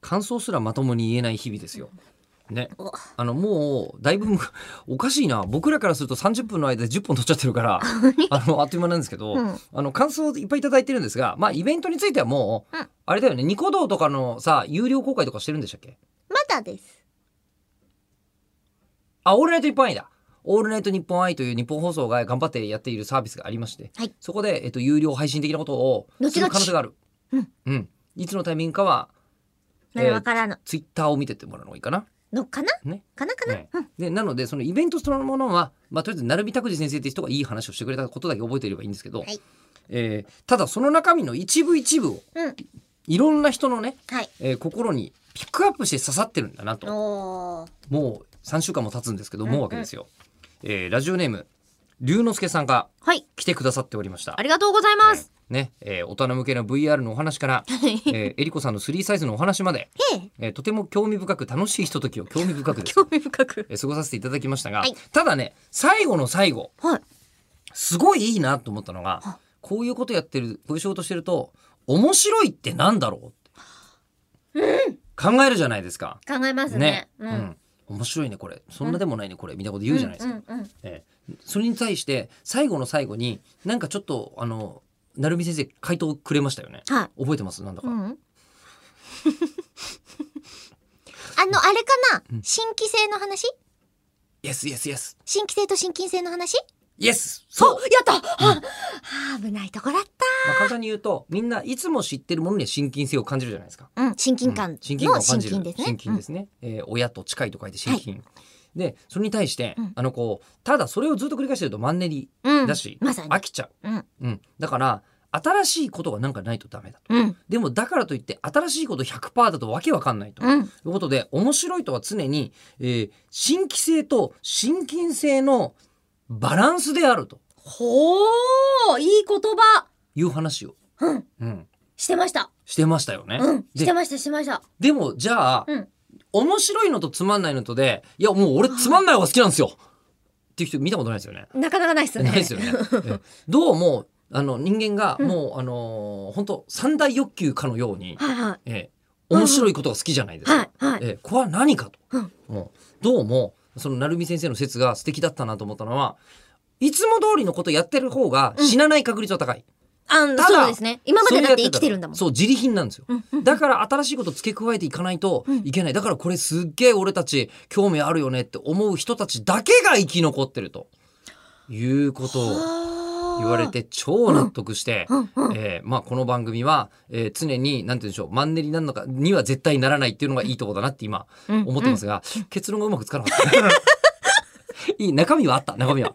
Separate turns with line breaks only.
感想すらまともに言えない日々ですよ。ね
お、
あのもうだいぶおかしいな僕らからすると30分の間で10本撮っちゃってる からあのあっという間なんですけど、
うん
あの感想いっぱいいただいてるんですが、まあ、イベントについてはもう、
うん
あれだよねニコ動とかのさ有料公開とかしてるんでしたっけ
まだです。
あ、オールナイト日本愛だ。オールナイト日本愛という日本放送が頑張ってやっているサービスがありまして、
はい
そこで、えっと、有料配信的なことを
後々
する可能性がある。
うん。
うん。いつのタイミングかは、
まだわからぬ。
ツイッターを見てってもらうのがいいかな。
のかな
ね。
かなかな、
ね
うん。
で、なので、そのイベントそのものは、まあ、とりあえず、成美拓司先生って人がいい話をしてくれたことだけ覚えていればいいんですけど、
はい
えーただ、その中身の一部一部を、
うん。
いろんな人のね、
はい。
えー心にピックアップして刺さってるんだなと。
おー。
もう3週間も経つんですけど、
うん
思うわけですよ。えーラジオネーム、龍之介さんが
はい。
来てくださっておりました
あ。りがとうございます。
ね、えー大人向けの VR のお話から、えー、えりこさんの3サイズのお話まで、
へ え。
えーとても興味深く楽しいひとときを興味深 くです、
興味深く。
えー過ごさせていただきましたが、
はい
ただね、最後の最後、
はい。
すごいいいなと思ったのが、こういうことやってる、こういう仕事してると、面白いってなんだろうって、考えるじゃないですか。
考えます
ね
ね。。
う。ん。面白いね、これ。そんなでもないね、これ。みたいなこと言うじゃないですか。
うんうんうん
ええ、それに対して最後の最後になんかちょっとあの成美先生回答くれましたよね
はい。
覚えてますなんだか、
うん。あの、 あれかな新規性の話
イエスイエスイエス
新規性と新金性の話
イエスそう、ま
やったああ危ないとこだっ
あ、簡単に言うとみんないつも知ってるものには親近性を感じるじゃないですか
た。うん。親近
う
感
ん親近感
の
を感
親
じる
近ですね。
親近ですね、えー親と近いと書いて親近、でそれに対して、
うん
あのこうただそれをずっと繰り返してるとマンネリ
うん。うん
だし、
まさに
飽。きちゃう、
うん。
うん、だから新しいことがなんかないとダメだと
うん。
でもだからといって新しいこと100%だとわけわかんないと、
うん。
ということで面白いとは常に、えー新規性と新近性のバランスであると
ほーいい言葉
いう話を、
うん。
うん、
してました。
してましたよね。
うん。し
で
てました、してました。
でもじゃあ、
うん
面白いのとつまんないのとでいやもう俺つまんない方が好きなんですよっていう人見たことないですよね。
なかなかないっすね。
ないです よね。ええどうもあの人間がもう、あの本当三大欲求かのように、
はいはい。
ええ面白いことが好きじゃないですか。
はいはい。
えーこれは何かと、
うん
うんどうもその成美先生の説が素敵だったなと思ったのはいつも通りのことやってる方が死なない確率は高い、
あの
ただ
そうですね。今までだって生きてるんだもん。
そう自利品なんですよ、
うんうん
だから新しいこと付け加えていかないといけない、だからこれすっげえ俺たち興味あるよねって思う人たちだけが生き残ってるということを言
言
われ。て超納得して、
うんうん。
えーまあ、この番組は、えー常に何て言うんでしょうマンネリなのかには絶対ならないっていうのがいいとこだなって今
うん
思ってますが、結論がうまくつかなかった。いい中身はあった中身は。